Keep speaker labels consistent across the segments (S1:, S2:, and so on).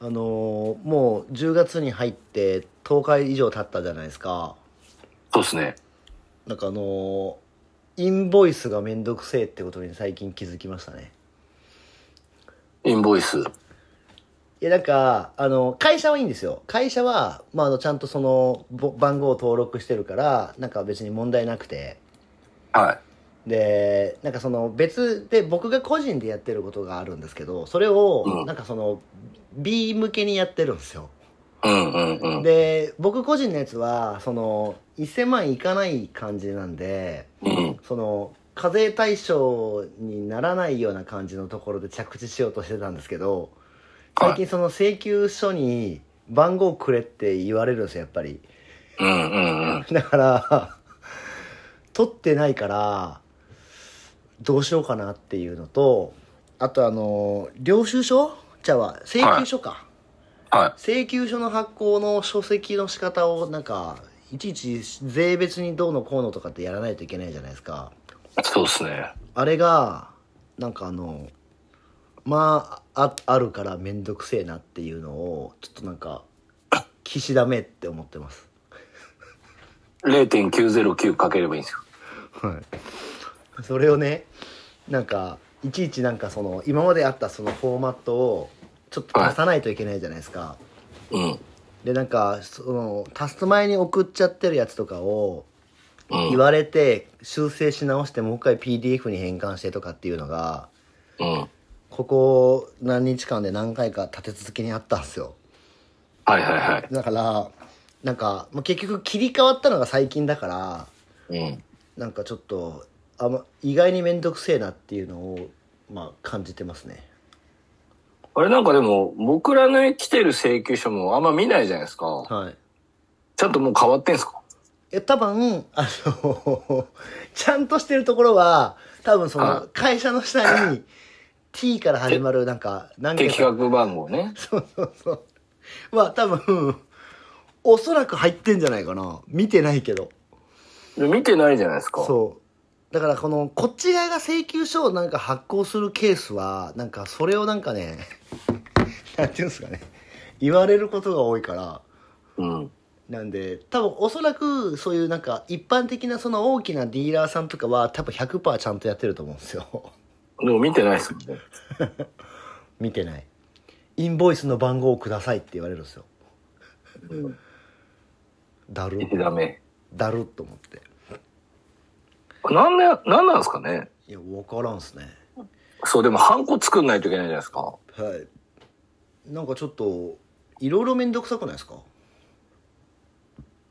S1: あのーもう10月に入って10日以上経ったじゃないですか
S2: そうですね。
S1: なんかあのーインボイスがめんどくせえってことに最近気づきましたね
S2: インボイス。
S1: いやなんかあの会社はいいんですよ会社は、まあ、あのちゃんとそのぼ番号を登録してるからなんか別に問題なくて
S2: は
S1: でなんかその別で僕が個人でやってることがあるんですけどそれを
S2: うん
S1: なんかその B 向けにやってるんですよ
S2: い。うんうんうん。
S1: で僕個人のやつはその1000万いかない感じなんで
S2: うん。
S1: その課税対象にならないような感じのところで着地しようとしてたんですけど
S2: はい
S1: 最近その請求書に番号くれって言われるんですよやっぱり
S2: うんうんうん。
S1: だから 取ってないからどうしようかなっていうのとあとあの領収書じゃあは請求書か、
S2: は
S1: 請求書の発行の書籍の仕方をなんかいちいち税別にどうのこうのとかってやらないといけないじゃないですか
S2: い。そうですね。
S1: あれがなんかあのまあああるから面倒くせえなっていうのをちょっとなんか岸だめって思ってます
S2: 0.909かければいいんですよ。
S1: はいそれをねなんかいちいちなんかその今まであったそのフォーマットをちょっと足さないといけないじゃないですか、
S2: うん。
S1: でなんかその足す前に送っちゃってるやつとかを
S2: うん。
S1: 言われて修正し直してもう一回 PDF に変換してとかっていうのが
S2: うん。
S1: ここ何日間で何回か立て続けにあったんですよ
S2: はいはい
S1: だからなんかもう結局切り替わったのが最近だから
S2: はい。うん。
S1: なんかちょっとあんま意外に面倒くせえなっていうのをまあ感じてますね
S2: あれなんかでも、僕らの来てる請求書もあんま見ないじゃないですか。
S1: はい
S2: ちゃんともう変わってんすか
S1: え多分あの ちゃんとしてるところは多分その
S2: あ
S1: 会社の下に T から始まるなんか何
S2: 適
S1: 桁
S2: 格番号ね。
S1: そうそうそう。は多分、おそらく入ってんじゃないかな。見てないけど。
S2: で見てないじゃないですか。
S1: そう。だからこの、こっち側が請求書をなんか発行するケースは、なんかそれをなんかね、 なんていうんですかね、言われることが多いから、
S2: う。うん。
S1: なんで、多分おそらくそういうなんか一般的なその大きなディーラーさんとかは多分100%ちゃんとやってると思うんですよ。
S2: でも見てないですもんね。
S1: 見てない。インボイスの番号をくださいって言われるんですよ。
S2: うん。
S1: だる
S2: 見、てダメ。
S1: だるっと思って。
S2: これなんで、なんなんですかね
S1: いや、わからんっすね。
S2: そう、でもハンコ作んないといけないじゃないですか。
S1: はい。なんかちょっと、いろいろめんどくさくないですか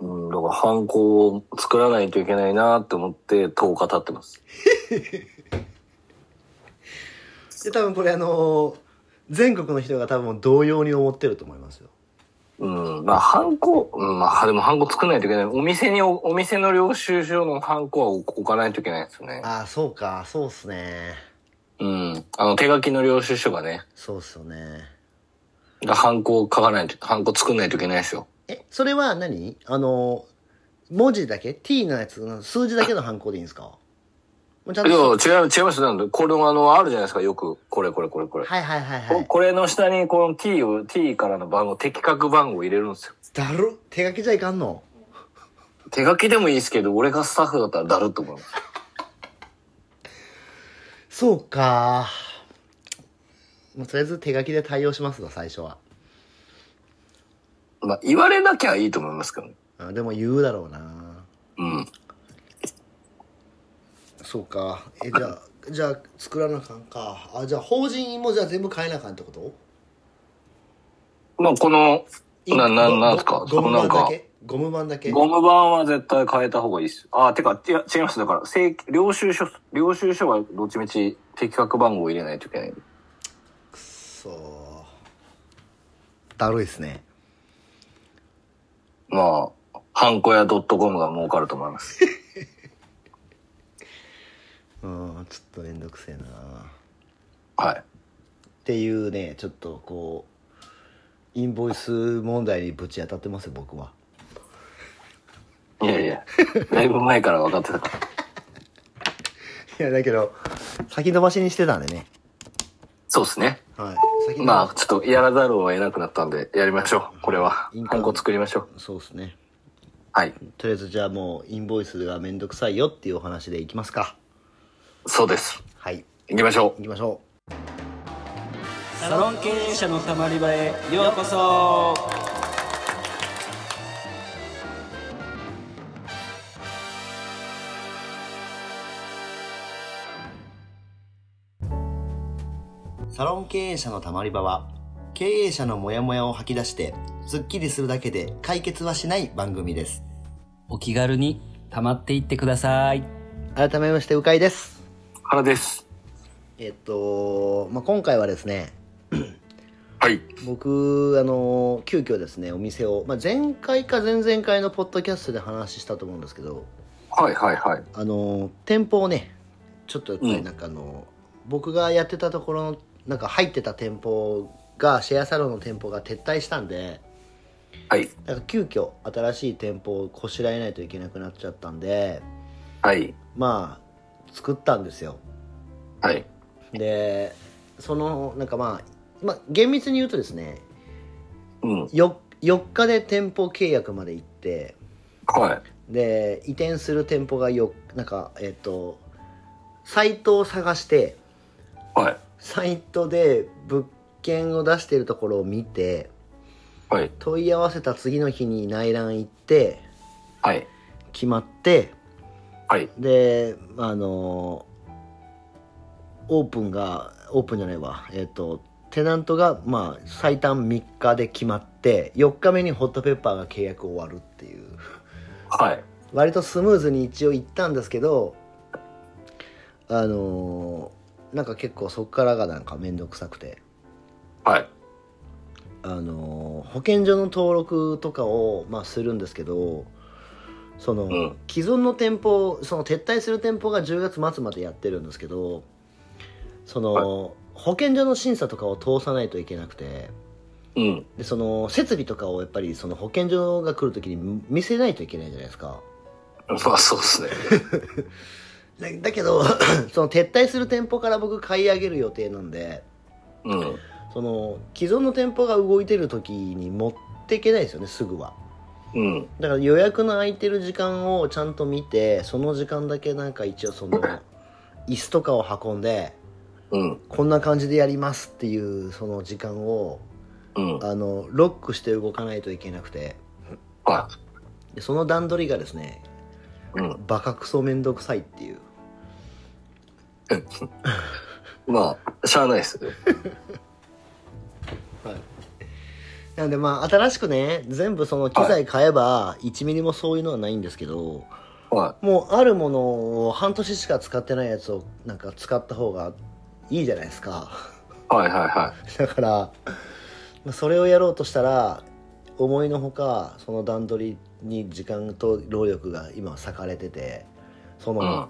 S2: うん、だからハンコを作らないといけないなって思って10日経ってます。
S1: で、多分これあのー全国の人が多分同様に思ってると思いますよ。
S2: うん、まあハンコ、うん、まあでもハンコ作らないといけない。お店にお、お店の領収書のハンコは置かないといけないですよね。
S1: ああ、そうか、そうっすね。
S2: うん。あの手書きの領収書がね、
S1: そうっすよね。
S2: だからハンコを書かないと、ハンコ作らないといけないですよ。
S1: え、それは何あのー文字だけ ?t のやつ、数字だけのハンコでいいんですかもうちゃん
S2: いや、違
S1: と。
S2: う、違いますなんで、これのあの、あるじゃないですか、よく。これ、これ、これ、これ。
S1: はいはいはいは
S2: こ
S1: い。
S2: これの下に、この t を、t からの番号、的確番号を入れるんですよ。
S1: だるっ手書きじゃいかんの
S2: 手書きでもいいですけど、俺がスタッフだったらだるっと思います。
S1: そうか。もうとりあえず手書きで対応しますわ、最初は。
S2: まあ、言われなきゃいいと思いますけどね。
S1: あでも言うだろうな。
S2: うん。
S1: そうかえじゃあじゃあ作らなあかんかあじゃあ法人もじゃあ全部変えなあかんってこと
S2: まあ、この、
S1: い
S2: な、な、
S1: ゴ
S2: なんすか、
S1: ゴ
S2: そ
S1: ゴ
S2: の
S1: ム
S2: なん
S1: 版だ
S2: か、
S1: けゴム版だけ
S2: ゴム版は絶対変えた方がいいです。ああ、てか、いや違います。だから、正規領収書、領収書はどっちみち的確番号を入れないといけない。
S1: そうだるいっすね
S2: まあ、ハンコやドットコムが儲かると思います。
S1: うんちょっとめんどくせえなっ
S2: はい。
S1: ていうねちょっとこうインボイス問題にぶち当たってますよ僕はい
S2: や いや、だいぶ前から分かってたから。
S1: いやだけど先延ばしにしてたんでね
S2: そうですね。
S1: はい先に
S2: まあ、ちょっとやらざるを得なくなったんで、やりましょう。これは
S1: 印。
S2: ハ
S1: 鑑
S2: ンコ作りましょう。
S1: そうですね
S2: はい。
S1: とりあえずじゃあもうインボイスがめんどくさいよっていうお話でいきますか
S2: そうです。
S1: はい
S2: 行きましょ
S1: いきましょう
S3: サロン経営者のたまり場へようこそ
S1: サロン経営者のたまり場は経営者のモヤモヤを吐き出してスッキリするだけで解決はしない番組です
S3: お気軽にたまっていってください
S1: 改めましてうかいです
S2: う。原です。
S1: えっと、まあ、今回はですね
S2: はい。
S1: 僕あの急遽ですねお店を、まあ、前回か前々回のポッドキャストで話したと思うんですけど
S2: はいはいはい。
S1: あの店舗をねちょっとやっぱ
S2: う
S1: り
S2: ん
S1: なんかあの、僕がやってたところのなんか入ってた店舗がシェアサロンの店舗が撤退したんで
S2: はい。
S1: なんか急遽新しい店舗をこしらえないといけなくなっちゃったんで
S2: はい。
S1: まあ作ったんですよ
S2: はい。
S1: でそのなんかまあ、まあ、厳密に言うとですね
S2: うん。
S1: 4, 4日で店舗契約まで行って
S2: はい。
S1: で移転する店舗がよなんかえっ、とサイトを探して
S2: はい。
S1: サイトで物件を出してるところを見て
S2: はい。
S1: 問い合わせた次の日に内覧行って
S2: はい。
S1: 決まって
S2: はい。
S1: であのオープンがオープンじゃないわえっ、とテナントがまあ最短3日で決まって4日目にホットペッパーが契約終わるっていう
S2: はい。
S1: 割とスムーズに一応行ったんですけどあのーなんか結構そっからがなんか面倒くさくて
S2: はい。
S1: あのー保健所の登録とかを、まあ、するんですけどその、
S2: ん
S1: 既存の店舗その撤退する店舗が10月末までやってるんですけどその、
S2: は
S1: 保健所の審査とかを通さないといけなくて
S2: うん。
S1: でその設備とかをやっぱりその保健所が来る時に見せないといけないじゃないですか。
S2: まあそうですね。
S1: だだけど その撤退する店舗から僕買い上げる予定なんで
S2: うん。
S1: その既存の店舗が動いてる時に持っていけないですよねすぐは
S2: うん。
S1: だから予約の空いてる時間をちゃんと見てその時間だけなんか一応その 椅子とかを運んで
S2: うん。
S1: こんな感じでやりますっていうその時間を
S2: うん。
S1: あのロックして動かないといけなくて
S2: は
S1: でその段取りがですね
S2: い。うん。
S1: バカクソめんどくさいっていう
S2: まあ、しゃあないですね。
S1: なんでまあ新しくね全部その機材買えば1ミリもそういうのはないんですけど
S2: は
S1: もうあるものを半年しか使ってないやつをなんか使った方がいいじゃないですか
S2: い。はいはいは
S1: だからまあそれをやろうとしたら思いのほかその段取りに時間と労力が今割かれててそ
S2: い。うん
S1: の。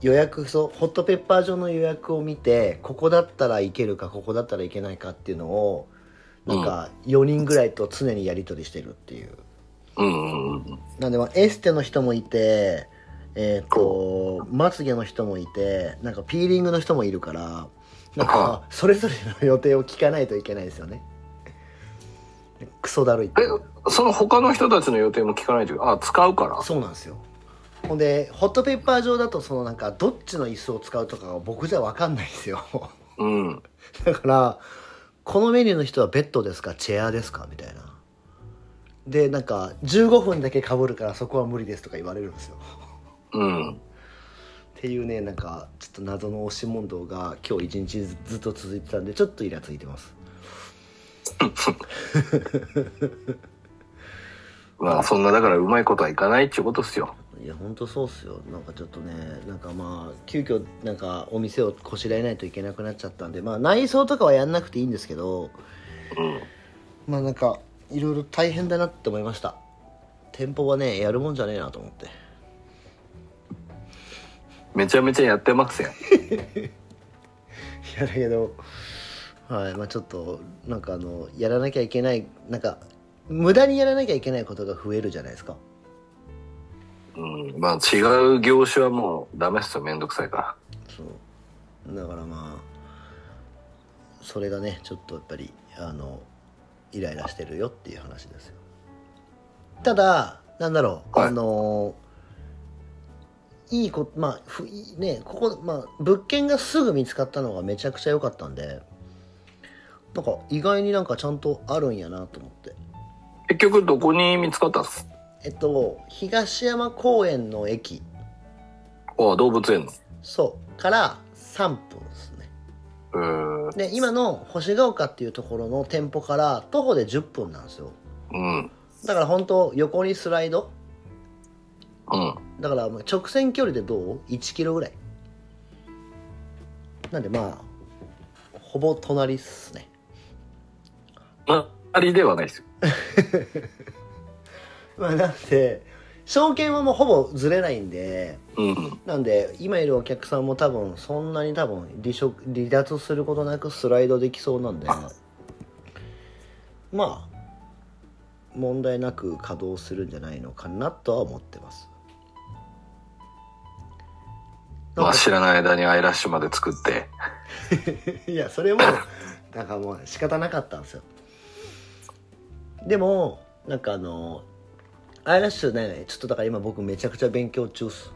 S1: 予約そうホットペッパー上の予約を見てここだったらいけるかここだったらいけないかっていうのをなんか4人ぐらいと常にやり取りしてるっていう。
S2: うんうんうん。
S1: なんでまあエステの人もいてえっ、とまつげの人もいてなんかピーリングの人もいるからなんか
S2: は
S1: それぞれの予定を聞かないといけないですよねクソだるいって
S2: え、その他の人たちの予定も聞かないというあ、使うから。
S1: そうなんですよほんでホットペッパー上だとそのなんかどっちの椅子を使うとかが僕じゃ分かんないんですよ
S2: うん。
S1: だからこのメニューの人はベッドですかチェアですかみたいなでなんか15分だけかぶるからそこは無理ですとか言われるんですよ
S2: うん。
S1: っていうねなんかちょっと謎の押し問答が今日一日ずずっと続いてたんでちょっとイラついてます
S2: まあ、そんな、だからうまいことはいかないっていうことっすよ。
S1: いやほんとそうっすよなんかちょっとねなんかまあ急遽なんかお店をこしらえないといけなくなっちゃったんでまあ内装とかはやんなくていいんですけど
S2: うん。
S1: まあなんかいろいろ大変だなって思いました店舗はねやるもんじゃねえなと思って
S2: めちゃめちゃやってますやん。
S1: いやだけどはいまあちょっとなんかあのやらなきゃいけないなんか無駄にやらなきゃいけないことが増えるじゃないですか
S2: うん。まあ、違う業種はもうダメっすよ。めんどくさいから。
S1: そうだからまあそれがねちょっとやっぱりあのイライラしてるよっていう話ですよただなんだろう、
S2: はい
S1: あのいいこまあふいねここ、まあ、物件がすぐ見つかったのがめちゃくちゃ良かったんでなんか意外になんかちゃんとあるんやなと思って
S2: 結局どこに見つかったんですか
S1: えっと東山公園の駅
S2: ああ動物園の
S1: そうから3分ですね
S2: えー
S1: で今の星ヶ丘っていうところの店舗から徒歩で10分なんですよ
S2: うん
S1: だから本当横にスライド
S2: うん
S1: だからまあ直線距離でどう1キロぐらいなんでまあほぼ隣っすね
S2: まありではないですよ
S1: まあなんで証券はもうほぼずれないんで
S2: うん
S1: なんで今いるお客さんも多分そんなに多分離職離脱することなくスライドできそうなんでまあ問題なく稼働するんじゃないのかなとは思ってます
S2: まあ知らない間にアイラッシュまで作って
S1: いやそれもなんかもう仕方なかったんですよでもなんかあのアイラッシュねちょっとだから今僕めちゃくちゃ勉強中っす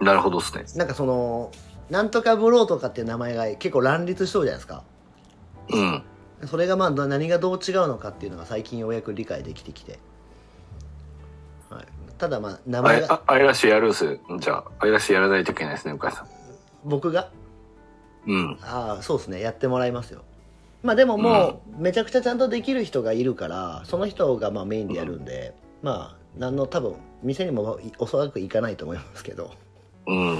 S2: なるほどですね
S1: なんかそのなんとかブローとかっていう名前が結構乱立しそうじゃないですか
S2: うん
S1: それがまあな何がどう違うのかっていうのが最近ようやく理解できてきて、はい、ただまあ名
S2: ア
S1: 前
S2: イ
S1: が
S2: あアイラッシュやるんすじゃあアイラッシュやらないといけないですね向井さん
S1: 僕が
S2: うん
S1: ああそうですねやってもらいますよまあでももうめちゃくちゃちゃんとできる人がいるからその人がまあメインでやるんで、まあ何の多分店にもいおそらく行かないと思いますけど、
S2: うん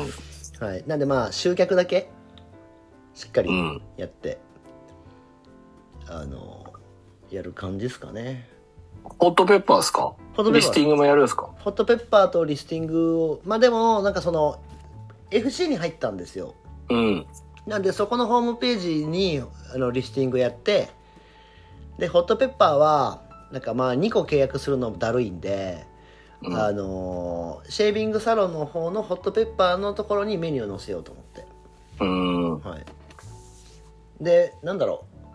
S1: はい、なんでまあ集客だけしっかり
S2: うん
S1: やって、あのやる感じですかね
S2: ホットペッパーですか
S1: ホットペッパー
S2: リスティングもやるんですか
S1: ホットペッパーとリスティングをまあでもなんかその FC に入ったんですよ
S2: うん
S1: なんでそこのホームページにあのリスティングやってでホットペッパーはなんかまあ2個契約するのだるいんで、
S2: うん
S1: あのーシェービングサロンの方のホットペッパーのところにメニューを載せようと思って、
S2: うん
S1: はい、でなんだろう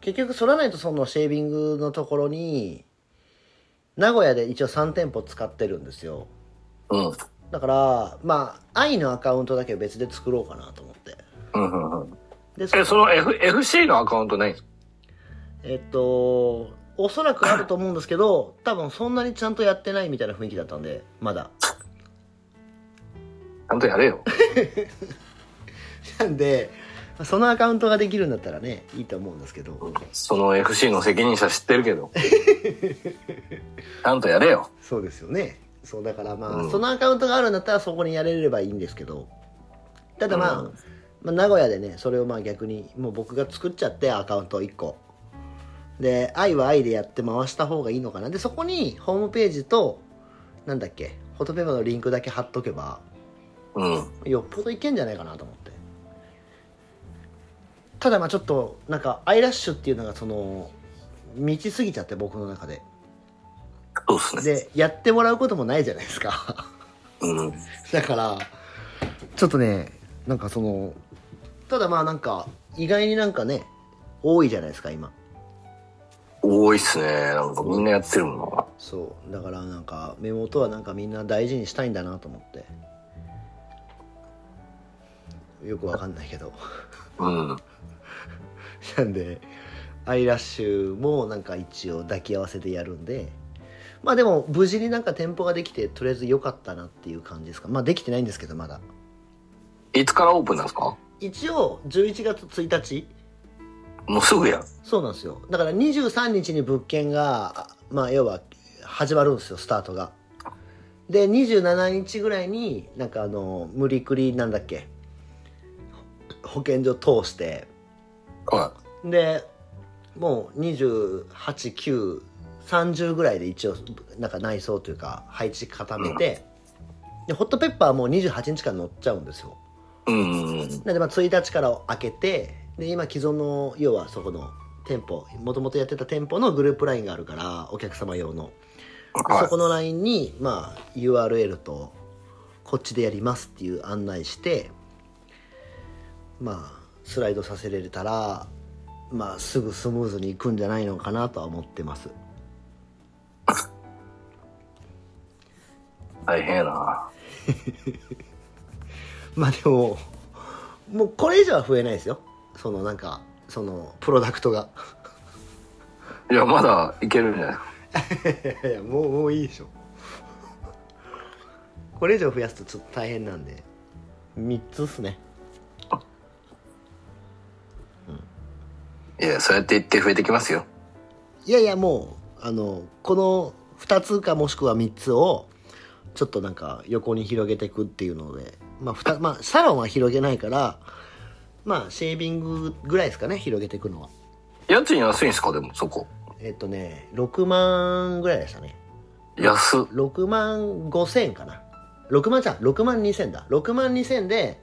S1: 結局そらないとそのシェービングのところに名古屋で一応3店舗使ってるんですよ
S2: うん
S1: だからまあ愛のアカウントだけ別で作ろうかなと思って
S2: うんうんうん
S1: でそ
S2: えその、F、FC のアカウントないんですか
S1: えっとおそらくあると思うんですけど多分そんなにちゃんとやってないみたいな雰囲気だったんでまだ
S2: ちゃんとやれよ
S1: なんでそのアカウントができるんだったらねいいと思うんですけど
S2: その FC の責任者知ってる けどちゃんとやれよ
S1: そうですよねそうだからまあ、
S2: うん
S1: そのアカウントがあるんだったらそこにやれればいいんですけどただまあ、
S2: うん
S1: まあ、名古屋でねそれをまあ逆にもう僕が作っちゃってアカウント1個で愛は愛でやって回した方がいいのかなでそこにホームページとなんだっけフォトペーパーのリンクだけ貼っとけば
S2: うん
S1: よっぽどいけんじゃないかなと思ってただまあちょっとなんかアイラッシュっていうのがその道過ぎちゃって僕の中で
S2: そうっすね
S1: でやってもらうこともないじゃないですか
S2: うん
S1: だからちょっとねなんかそのただまあなんか意外になんかね多いじゃないですか今
S2: 多いっすねなんかみんなやってるもんな
S1: そうだからなんか目元はなんかみんな大事にしたいんだなと思ってよくわかんないけど
S2: うん
S1: なんでアイラッシュもなんか一応抱き合わせでやるんでまあでも無事になんか店舗ができてとりあえず良かったなっていう感じですかまあできてないんですけどまだ
S2: いつからオープンなんですか
S1: 一応11月1日
S2: もうすぐやん
S1: そうなんですよだから23日に物件があまあ要は始まるんですよスタートがで27日ぐらいになんかあの無理くりなんだっけ保健所通して
S2: は
S1: でもう282930ぐらいで一応なんか内装というか配置固めて、でホットペッパーはもう28日から乗っちゃうんですよ
S2: いうんうんうん
S1: なんでまあ1日からを開けてで今既存の要はそこの店舗もともとやってた店舗のグループ LINE があるからお客様用の、そこ
S2: は
S1: の LINE にまあ URL とこっちでやりますっていう案内してまあスライドさせれたら、まあ、すぐスムーズにいくんじゃないのかなとは思ってます
S2: 大変やな。
S1: まあでももうこれ以上は増えないですよそのなんかそのプロダクトが
S2: いや、まだいけるんじゃないですか。
S1: いやもうもういいでしょ これ以上増やすとちょっと大変なんで3つっすね
S2: いや、そうやっていって増えてきますよ。
S1: いやいやもうあのこの2つかもしくは3つをちょっとなんか横に広げていくっていうので、まあ、ふたまあサロンは広げないからまあシェービングぐらいですかね広げていくのは
S2: 家賃安いんですかでも、そこ。
S1: えっとね6万ぐらいでしたね
S2: 安っ。
S1: 6万5千かな6万じゃん6万2千だ6万2千で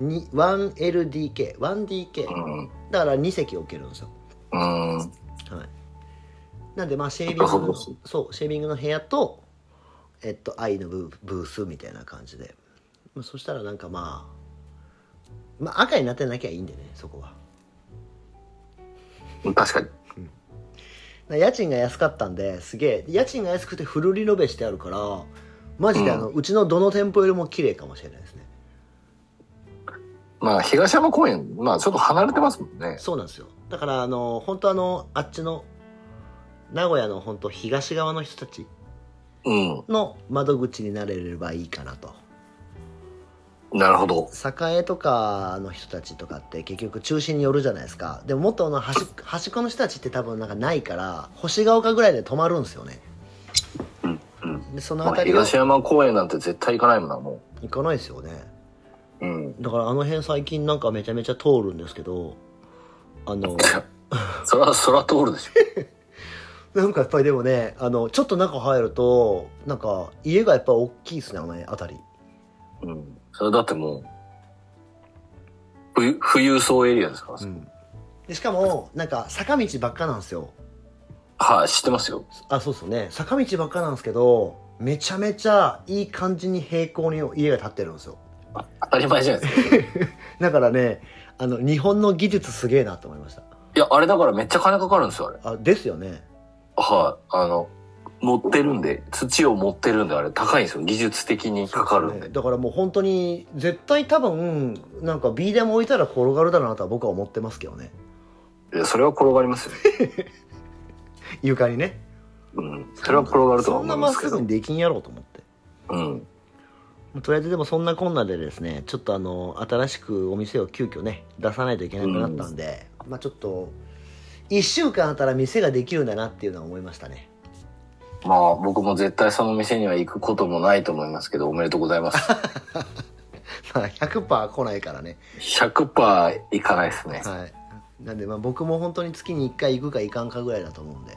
S1: に 1LDK1DK
S2: うん。
S1: だから2席置けるんですよ
S2: うん。
S1: はい、なんでまあシェービン
S2: あそう
S1: グ
S2: です
S1: そうシェービングの部屋とえっと愛のブブースみたいな感じで、まあ、そしたらなんかまあまあ赤になってなきゃいいんでねそこは
S2: 確かに。
S1: だ家賃が安かったんですげえ家賃が安くてフルリノベしてあるからマジであの、うちのどの店舗よりも綺麗かもしれないですね
S2: まあ、東山公園、まあ、ちょっと離れてますもんね。
S1: そうなんですよだからあの本当あのあっちの名古屋の本当東側の人たち
S2: う
S1: の窓口になれればいいかなと
S2: ん。なるほど。
S1: 栄とかの人たちとかって結局中心によるじゃないですかでももっとあの端っ端っこの人たちって多分なんかないから星ヶ丘ぐらいで止まるんですよね
S2: うん。うん。
S1: でその
S2: まあ、
S1: 辺りは
S2: 東山公園なんて絶対行かないもんな、も
S1: 行かないですよね
S2: う。うん。
S1: だからあの辺最近なんかめちゃめちゃ通るんですけどあの
S2: そら、そら通るでしょ。
S1: なんかやっぱりでもねあのちょっと中入るとなんか家がやっぱ大きいですねあの辺り
S2: うん。それだってもう、富富裕層エリアですから、
S1: うんでしかもなんか坂道ばっかなんですよ
S2: はい、知ってますよ。
S1: あそうそうね坂道ばっかなんですけどめちゃめちゃいい感じに平行に家が建ってるんですよ
S2: 当たり前じゃない ですか。
S1: だからねあの日本の技術すげえなと思いました
S2: いや、あれだからめっちゃ金かかるんですよ、あれ。
S1: あですよね
S2: はい。あの、持ってるんで、土を持ってるんで、あれ高いんですよ。技術的にかかるんで。
S1: ねだからもう本当に絶対多分なんかビー玉置いたら転がるだろうなとは僕は思ってますけどね
S2: いやそれは転がりますよ。
S1: 床にね
S2: うん。それは転がるとは
S1: そん
S2: 思
S1: ないま
S2: ま
S1: っ
S2: すけ
S1: す
S2: ど。
S1: ぐにできんやろうと思って
S2: うん。
S1: まあとりあえずでもそんなこんなでですねちょっとあの新しくお店を急遽ね出さないといけなくなったんで、まあちょっと1週間あったら店ができるんだなっていうのは思いましたね
S2: まあ、僕も絶対その店には行くこともないと思いますけど、おめでとうございます。
S1: まあ100%来ないからね
S2: 100%行かないですね。
S1: はいなんでまあ僕も本当に月に1回行くか行かんかぐらいだと思うんで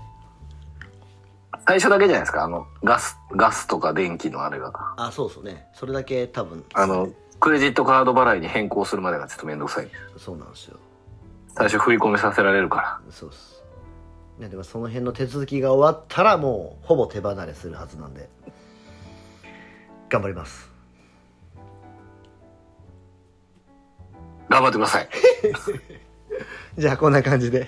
S2: 最初だけじゃないですか。あの、ガス、ガスとか電気のあれが。
S1: あそうそうねそれだけ多分
S2: あの、クレジットカード払いに変更するまでがちょっとめんどくさい。
S1: そうなんですよ
S2: 最初振り込みさせられるか
S1: そうっすなんでまあその辺の手続きが終わったらもうほぼ手離れするはずなんで頑張ります
S2: ら。頑張ってください。
S1: じゃあこんな感じで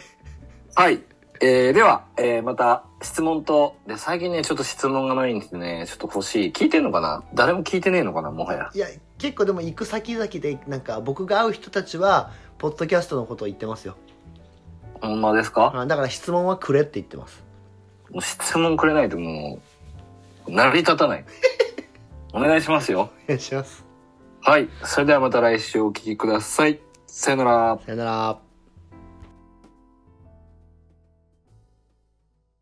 S2: はい。えー、では、えー、また質問と、で、最近ね、ちょっと質問がないんですね、ちょっと欲しい。聞いてんのかな誰も聞いてねえのかなもはや。
S1: いや結構でも行く先々でなんか僕が会う人たちはポッドキャストのことを言ってますよ
S2: ほんまですか
S1: あだから質問はくれって言ってます
S2: もう質問くれないともう、成り立たない。お願いしますよ。
S1: お願いします
S2: はい。それではまた来週お聞きください。さよなら。
S1: さよなら